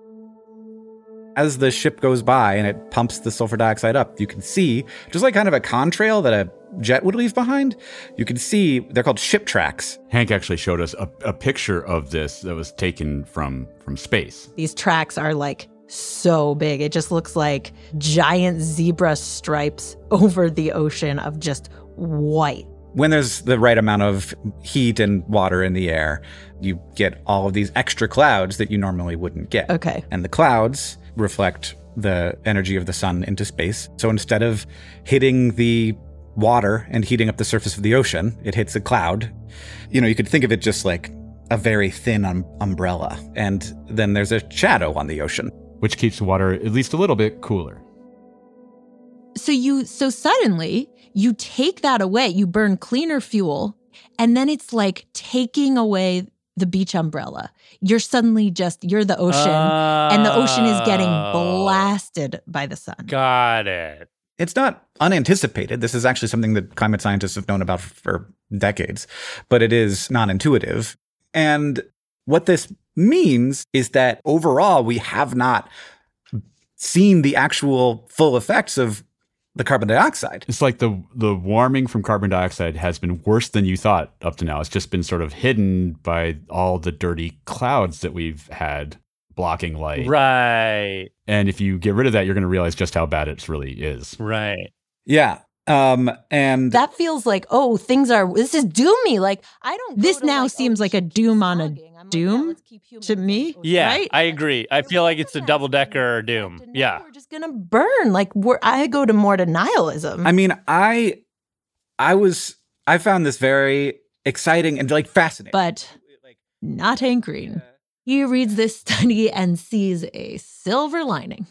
As the ship goes by and it pumps the sulfur dioxide up, you can see, just like kind of a contrail that a jet would leave behind, you can see they're called ship tracks. Hank actually showed us a, a picture of this that was taken from from space. These tracks are like so big. It just looks like giant zebra stripes over the ocean of just white. When there's the right amount of heat and water in the air, you get all of these extra clouds that you normally wouldn't get. Okay. And the clouds reflect the energy of the sun into space. So instead of hitting the water and heating up the surface of the ocean, it hits a cloud. You know, you could think of it just like a very thin um- umbrella. And then there's a shadow on the ocean. Which keeps the water at least a little bit cooler. So you so suddenly you take that away, you burn cleaner fuel, and then it's like taking away the beach umbrella. You're suddenly just you're the ocean and the ocean is getting Oh. blasted by the sun. Got it. It's not unanticipated. This is actually something that climate scientists have known about for decades, but it is non intuitive. And what this means is that overall, we have not seen the actual full effects of the carbon dioxide. It's like the the warming from carbon dioxide has been worse than you thought up to now. It's just been sort of hidden by all the dirty clouds that we've had blocking light. Right. And if you get rid of that, you're going to realize just how bad it really is. Right. Yeah. Um, and That feels like, oh, things are this is doomy. Like I don't This now seems like oh, a doom on a doom to me. Yeah, Right? I agree. I feel like it's a double decker doom. Yeah. It's gonna burn. Like we're, I go to more to nihilism. I mean, I, I was, I found this very exciting and like fascinating. but not Hank Green. He reads this study and sees a silver lining,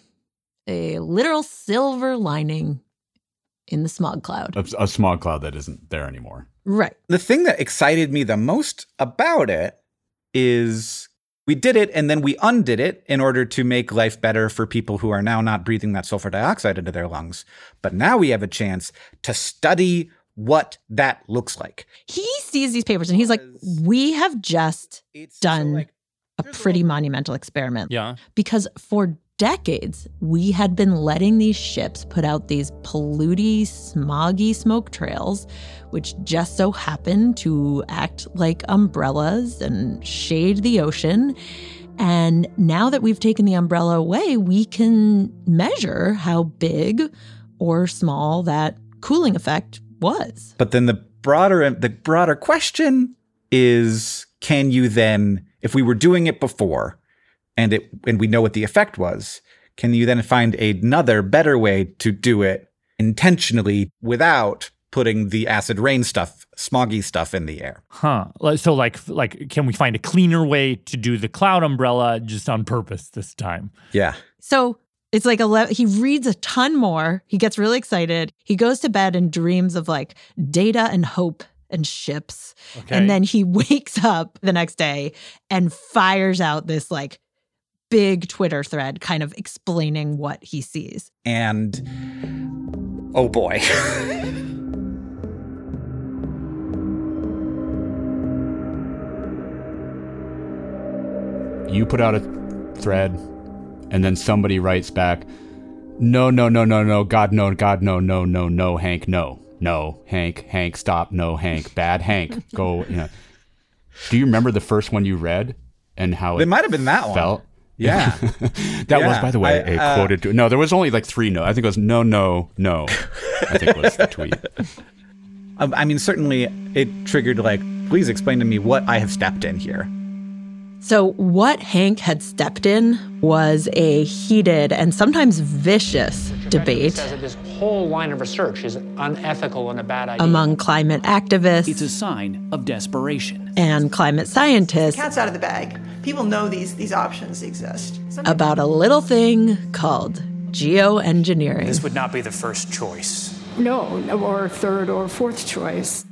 a literal silver lining in the smog cloud. A, a smog cloud that isn't there anymore. Right. The thing that excited me the most about it is we did it and then we undid it in order to make life better for people who are now not breathing that sulfur dioxide into their lungs. But now we have a chance to study what that looks like. He sees these papers and he's like, we have just done a pretty monumental experiment. Yeah. Because for decades, we had been letting these ships put out these polluty, smoggy smoke trails, which just so happen to act like umbrellas and shade the ocean. And now that we've taken the umbrella away, we can measure how big or small that cooling effect was. But then the broader the broader question is can you then if we were doing it before and it and we know what the effect was, can you then find another better way to do it intentionally without putting the acid rain stuff, smoggy stuff in the air. Huh. Like- So like like can we find a cleaner way to do the cloud umbrella just on purpose this time? Yeah. So it's like 11, he reads a ton more. He gets really excited. He goes to bed and dreams of like data and hope and ships. Okay. And then he wakes up the next day and fires out this like big Twitter thread kind of explaining what he sees. And oh boy. You put out a thread, and then somebody writes back, "No, no, no, no, no, God, no, God, no, no, no, no, Hank, no, no, Hank, Hank, stop, no, Hank, bad Hank, go." You know. Do you remember the first one you read and how it, It might have been that one. felt? Yeah. that was, Yeah, by the way, I, a uh, quoted. No, there was only like three no. I think it was no, no, no. I think was the tweet. Um, I mean, certainly it triggered like, please explain to me what I have stepped in here. So, what Hank had stepped in was a heated and sometimes vicious debate says that this whole line of research is unethical and a bad idea. among climate activists it's a sign of desperation. and climate scientists Cat's out of the bag. People know these these options exist. about a little thing called geoengineering. This would not be the first choice. No, or third or fourth choice.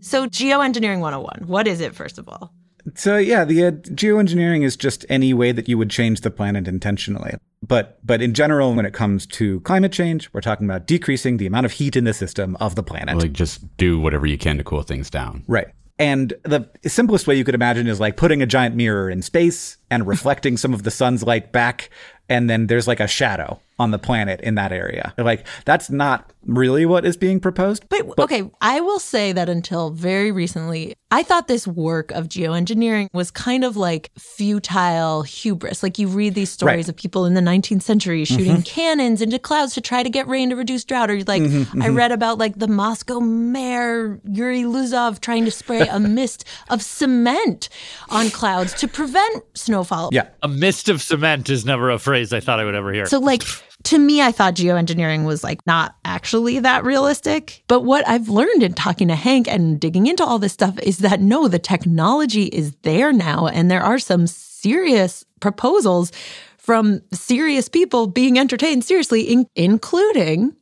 So, geoengineering 101, what is it, first of all? So yeah, the uh, geoengineering is just any way that you would change the planet intentionally. But but in general, when it comes to climate change, we're talking about decreasing the amount of heat in the system of the planet. Like, just do whatever you can to cool things down. Right. And the simplest way you could imagine is like putting a giant mirror in space and reflecting some of the sun's light back. And then there's like a shadow on the planet in that area. Like, that's not really what is being proposed. But, okay, I will say that until very recently, I thought this work of geoengineering was kind of like futile hubris. Like you read these stories Right. of people in the 19th century shooting Mhm. cannons into clouds to try to get rain to reduce drought. Or like Mhm, I mhm. read about like the Moscow mayor Yuri Luzov trying to spray a mist of cement on clouds to prevent snowfall. Yeah. A mist of cement is never a phrase I thought I would ever hear. So like to me I thought geoengineering was like not actually that realistic. But what I've learned in talking to Hank and digging into all this stuff is that no, the technology is there now and there are some serious proposals from serious people being entertained seriously in- including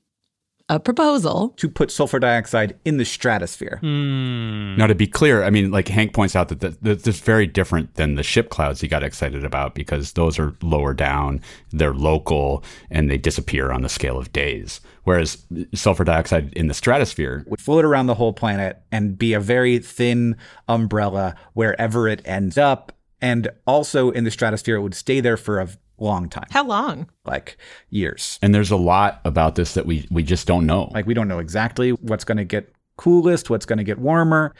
a proposal. to put sulfur dioxide in the stratosphere. Now, to be clear, I mean, like Hank points out that th- th- this is very different than the ship clouds he got excited about because those are lower down, they're local, and they disappear on the scale of days. Whereas sulfur dioxide in the stratosphere, Would float around the whole planet and be a very thin umbrella wherever it ends up. And also in the stratosphere, it would stay there for a long time. How long? Like years. and there's a lot about this that we we just don't know. Like we don't know exactly what's going to get coolest, what's going to get warmer.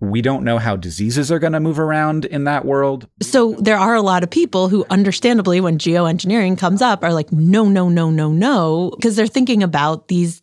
We don't know how diseases are going to move around in that world. So there are a lot of people who understandably when geoengineering comes up are like no no no no no because they're thinking about these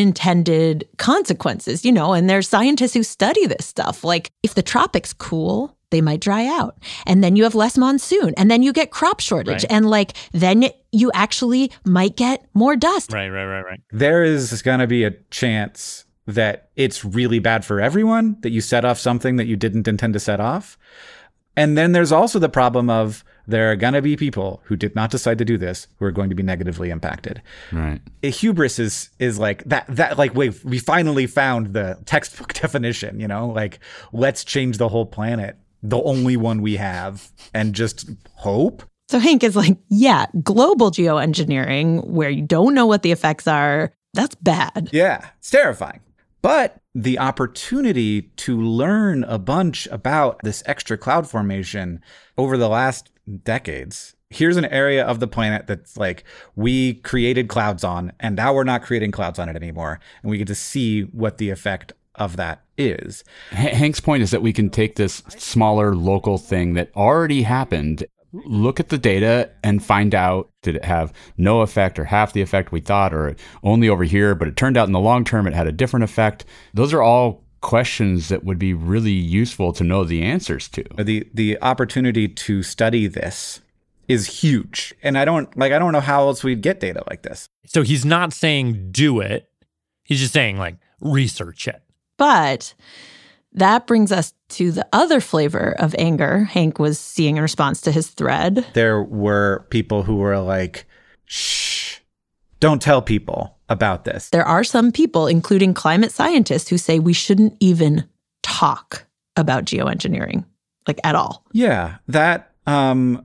unintended consequences, you know, and there's scientists who study this stuff. Like if the tropics cool, they might dry out. And then you have less monsoon and then you get crop shortage Right. and like then you actually might get more dust. Right, right, right, right. There is going to be a chance that it's really bad for everyone, that you set off something that you didn't intend to set off. And then there's also the problem of there are going to be people who did not decide to do this who are going to be negatively impacted. Right. hubris is is like that that like we we finally found the textbook definition you know like let's change the whole planet the only one we have and just hope So Hank is like, yeah, global geoengineering where you don't know what the effects are, that's bad. yeah it's terrifying but the opportunity to learn a bunch about this extra cloud formation over the last decades here's an area of the planet that's like we created clouds on and now we're not creating clouds on it anymore and we get to see what the effect of that is H- Hank's point is that we can take this smaller local thing that already happened, look at the data, and find out did it have no effect or half the effect we thought, or only over here, but it turned out in the long term it had a different effect. Those are all questions that would be really useful to know the answers to. Uh, the the opportunity to study this is huge and i don't like i don't know how else we'd get data like this So he's not saying do it. He's just saying like research it. But that brings us to the other flavor of anger Hank was seeing in response to his thread. There were people who were like, shh, don't tell people about this. There are some people, including climate scientists, who say we shouldn't even talk about geoengineering, like at all. Yeah, that um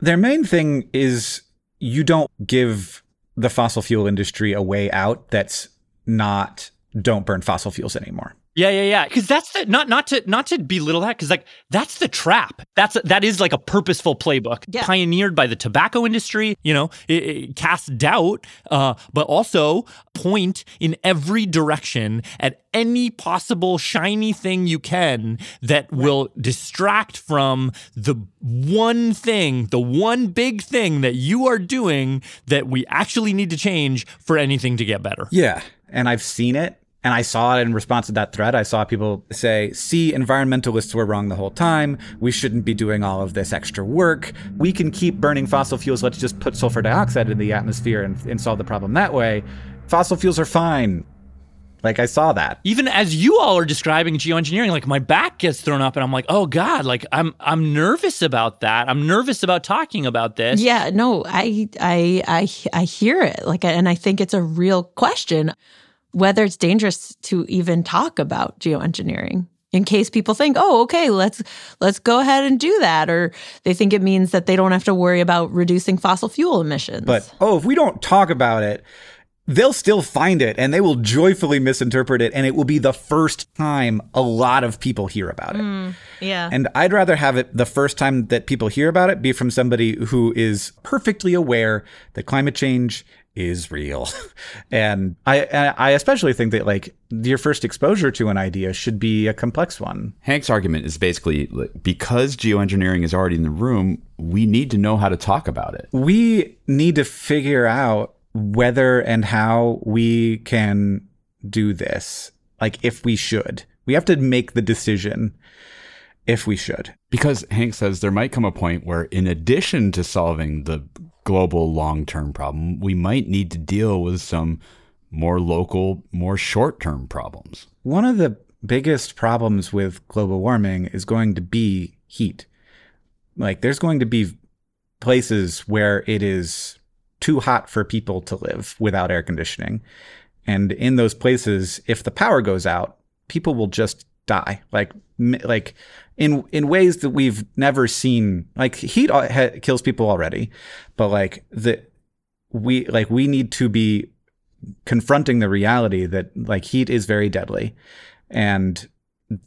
their main thing is you don't give the fossil fuel industry a way out that's not don't burn fossil fuels anymore. Yeah, yeah, yeah. Because that's the not not to not to belittle that. Because like that's the trap. That's that is like a purposeful playbook pioneered by the tobacco industry. You know, it, it casts doubt, uh, but also point in every direction at any possible shiny thing you can that will distract from the one thing, the one big thing that you are doing that we actually need to change for anything to get better. Yeah, and I've seen it. And I saw it in response to that thread. I saw people say, see, environmentalists were wrong the whole time. We shouldn't be doing all of this extra work. We can keep burning fossil fuels. Let's just put sulfur dioxide in the atmosphere and, and solve the problem that way. Fossil fuels are fine. Like, I saw that. Even as you all are describing geoengineering, like my back gets thrown up, and I'm like, oh god, like I'm I'm nervous about that. I'm nervous about talking about this. Yeah, no, I I I I hear it. Like and I think it's a real question whether it's dangerous to even talk about geoengineering in case people think, "Oh, okay, let's let's go ahead and do that," or they think it means that they don't have to worry about reducing fossil fuel emissions. But oh, if we don't talk about it, they'll still find it and they will joyfully misinterpret it. And it will be the first time a lot of people hear about it. Mm, yeah. And I'd rather have it the first time that people hear about it be from somebody who is perfectly aware that climate change is real. and I I especially think that like your first exposure to an idea should be a complex one. Hank's argument is basically like, because geoengineering is already in the room, we need to know how to talk about it. We need to figure out whether and how we can do this. Like if we should. We have to make the decision if we should. Because Hank says there might come a point where, in addition to solving the global long term problem, we might need to deal with some more local, more short term problems. One of the biggest problems with global warming is going to be heat. Like, there's going to be places where it is too hot for people to live without air conditioning. And in those places, if the power goes out, people will just die. Like, like in in ways that we've never seen. Like heat ha- kills people already, but like the we like we need to be confronting the reality that like heat is very deadly, and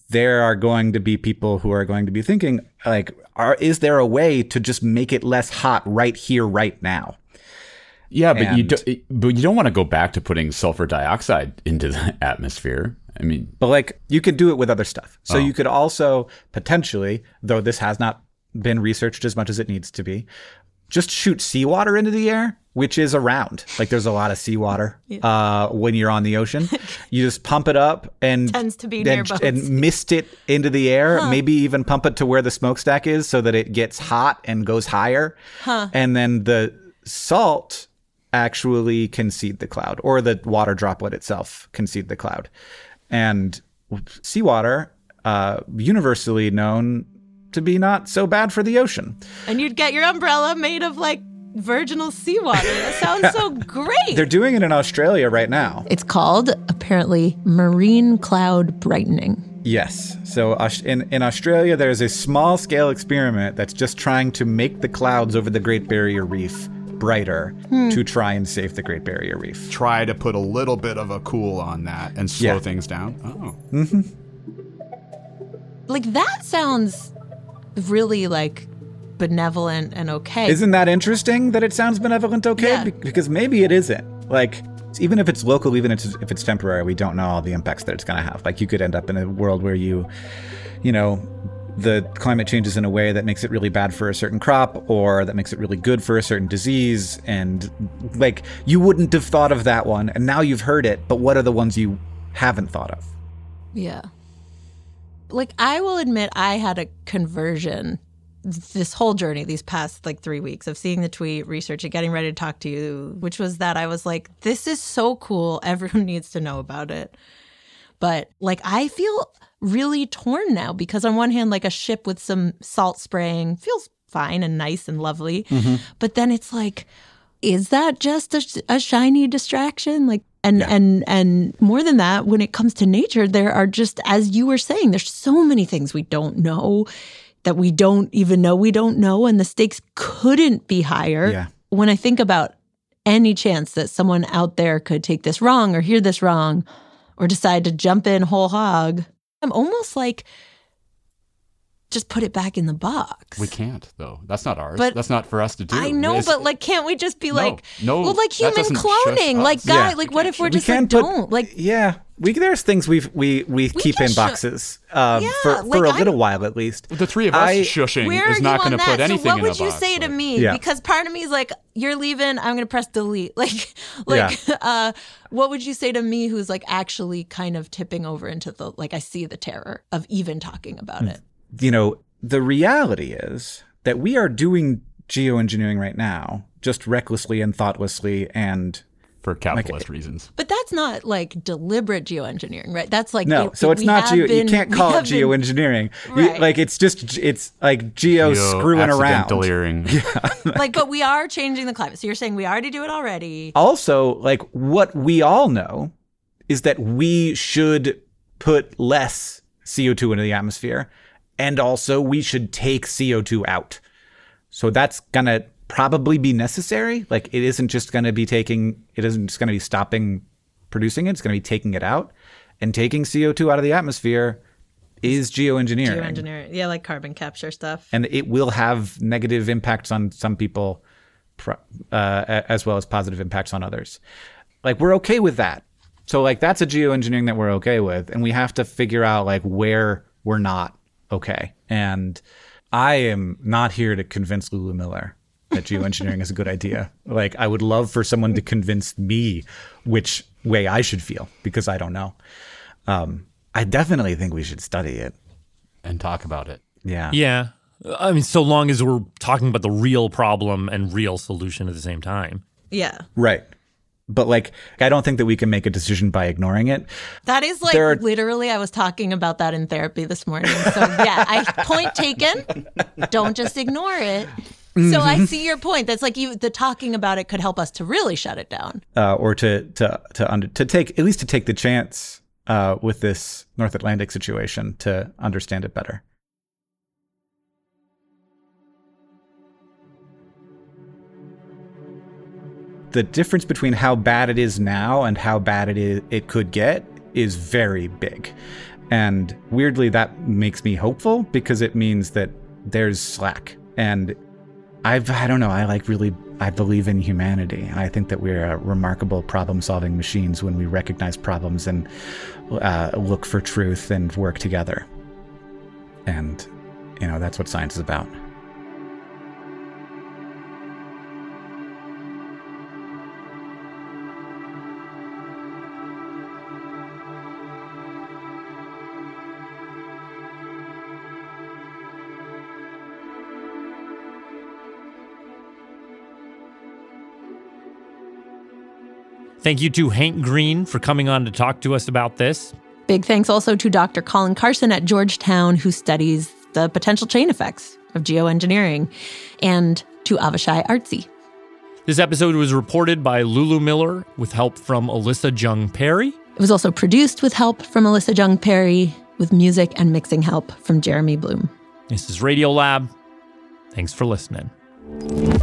there are going to be people who are going to be thinking like, are is there a way to just make it less hot right here, right now? Yeah, but and, you do, but you don't want to go back to putting sulfur dioxide into the atmosphere. I mean, but like you could do it with other stuff. So oh. you could also potentially, though this has not been researched as much as it needs to be, just shoot seawater into the air, which is around. Like there's a lot of seawater yeah. uh, when you're on the ocean. you just pump it up and tends to be and, and mist it into the air. Huh. Maybe even pump it to where the smokestack is so that it gets hot and goes higher. Huh. And then the salt actually concede the cloud or the water droplet itself concede the cloud and seawater uh, universally known to be not so bad for the ocean and you'd get your umbrella made of like virginal seawater that sounds so great they're doing it in australia right now it's called apparently marine cloud brightening Yes. So in, in Australia, there is a small scale experiment that's just trying to make the clouds over the Great Barrier Reef brighter hmm. to try and save the Great Barrier Reef. Try to put a little bit of a cool on that and slow yeah. things down. Oh. Mm-hmm. Like that sounds really like benevolent and okay. Isn't that interesting that it sounds benevolent okay? Yeah. Be- because maybe it isn't. Like even if it's local, even if it's, if it's temporary, we don't know all the impacts that it's going to have. Like you could end up in a world where you, you know, the climate changes in a way that makes it really bad for a certain crop or that makes it really good for a certain disease. And like you wouldn't have thought of that one. And now you've heard it. But what are the ones you haven't thought of? Yeah. Like I will admit, I had a conversion this whole journey these past like three weeks of seeing the tweet research and getting ready to talk to you which was that i was like this is so cool everyone needs to know about it But like, I feel really torn now because, on one hand, like a ship with some salt spraying feels fine and nice and lovely. Mhm. But then it's like, is that just a, a shiny distraction? Like, and and and more than that, when it comes to nature, there are just as you were saying, there's so many things we don't know that we don't even know we don't know, and the stakes couldn't be higher. Yeah. When I think about any chance that someone out there could take this wrong or hear this wrong or decide to jump in whole hog, I'm almost like just put it back in the box. We can't though. That's not ours. But- That's not for us to do. I know, It's- but like, can't we just be like, no, well, like that human doesn't just cloning, us. like, Oh, Yeah. guy, like, what if we're We just like, can put- don't, like, yeah, we there's things we've we we, keep in just shu- boxes um, for for like, a I'm- little while at least. The three of us shushing where are you on gonna that? so what would you say to me? Yeah. Because part of me is like, you're leaving, I'm gonna press delete. Like, like, uh, what would you say to me who's like actually kind of tipping over into the like, I see the terror of even talking about Hmm. it. Mm. you know, the reality is that we are doing geoengineering right now, just recklessly and thoughtlessly and for capitalist reasons. But that's not like deliberate geoengineering, right? That's like no, it- so it's we not have geo. been- you can't we call it have been- geoengineering. You- Right. like it's just g- it's like geo, screwing around. Delirium. like, but we are changing the climate. So you're saying we already do it already. Also, like what we all know is that we should put less CO2 into the atmosphere and also we should take CO2 out. So that's going to probably be necessary. Like it isn't just going to be taking it isn't just going to be stopping producing it, it's going to be taking it out and taking CO2 out of the atmosphere is geoengineering Geoengineering. Yeah, like carbon capture stuff. and it will have negative impacts on some people pro- uh, a- as well as positive impacts on others like we're okay with that so like that's a geoengineering that we're okay with and we have to figure out like where we're not okay and i am not here to convince lulu miller that geoengineering is a good idea like i would love for someone to convince me which way i should feel because i don't know um, i definitely think we should study it and talk about it yeah Yeah. I mean, so long as we're talking about the real problem and real solution at the same time. Yeah. Right. But like, I don't think that we can make a decision by ignoring it. That is like There are- literally, I was talking about that in therapy this morning. So, yeah, I point taken. Don't just ignore it. So, I Mhm. see your point. That's like you, the talking about it could help us to really shut it down. Uh, or to to to under to take at least to take the chance uh, with this North Atlantic situation to understand it better. The difference between how bad it is now and how bad it is it could get is very big. And weirdly, that makes me hopeful because it means that there's slack. And I've, I don't know, I like really, I believe in humanity. I think that we're uh, remarkable problem solving machines when we recognize problems and uh, look for truth and work together. And, you know, that's what science is about. Thank you to Hank Green for coming on to talk to us about this. Big thanks also to Dr. Colin Carson at Georgetown, who studies the potential chain effects of geoengineering, and to Avishai Artsy. This episode was reported by Lulu Miller with help from Alyssa Jung Perry. It was also produced with help from Alyssa Jung Perry, with music and mixing help from Jeremy Bloom. This is Radio Lab. Thanks for listening.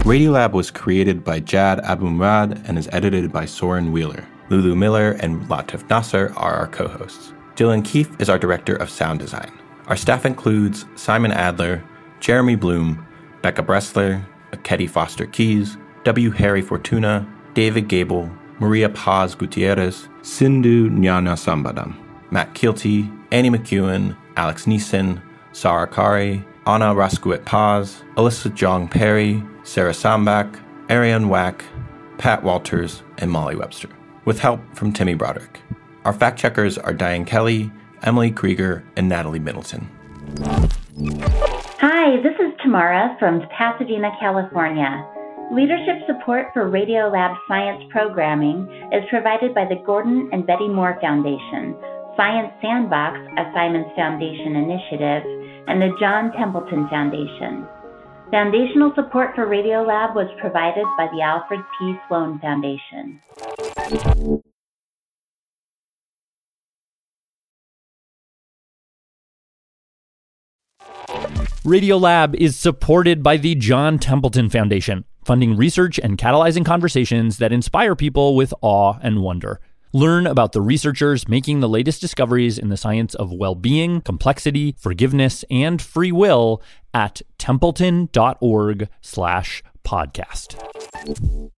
Radiolab was created by Jad Abumrad and is edited by Soren Wheeler. Lulu Miller and Latif Nasser are our co hosts. Dylan Keefe is our director of sound design. Our staff includes Simon Adler, Jeremy Bloom, Becca Bressler, Ketty Foster Keys, W. Harry Fortuna, David Gable, Maria Paz Gutierrez, Sindhu Nyanasambadam, Matt Keelty, Annie McEwen, Alex Neeson, Sarah Kari, Anna Raskuit Paz, Alyssa Jong Perry, Sarah Sambach, Ariane Wack, Pat Walters, and Molly Webster, with help from Timmy Broderick. Our fact checkers are Diane Kelly, Emily Krieger, and Natalie Middleton. Hi, this is Tamara from Pasadena, California. Leadership support for Radiolab science programming is provided by the Gordon and Betty Moore Foundation, Science Sandbox, a Simons Foundation initiative, and the John Templeton Foundation. Foundational support for Radiolab was provided by the Alfred P. Sloan Foundation. Radiolab is supported by the John Templeton Foundation, funding research and catalyzing conversations that inspire people with awe and wonder. Learn about the researchers making the latest discoveries in the science of well being, complexity, forgiveness, and free will at templeton.org slash podcast.